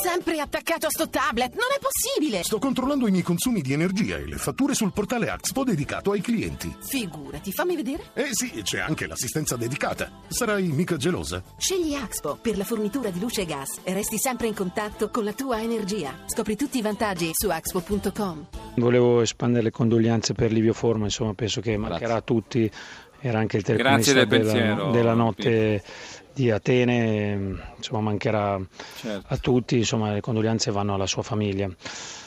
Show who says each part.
Speaker 1: sempre attaccato a sto tablet? Non è possibile!
Speaker 2: Sto controllando i miei consumi di energia e le fatture sul portale Axpo dedicato ai clienti.
Speaker 1: Figurati, fammi vedere.
Speaker 2: Eh sì, c'è anche l'assistenza dedicata. Sarai mica gelosa?
Speaker 3: Scegli Axpo per la fornitura di luce e gas e resti sempre in contatto con la tua energia. Scopri tutti i vantaggi su axpo.com.
Speaker 4: Volevo espandere le condoglianze per Livio Forma, insomma, penso che mancherà a tutti. Era anche il telefonista
Speaker 5: Grazie del
Speaker 4: della,
Speaker 5: pensiero,
Speaker 4: della notte di Atene, insomma, mancherà
Speaker 5: Certo.
Speaker 4: a tutti, insomma, le condoglianze vanno alla sua famiglia.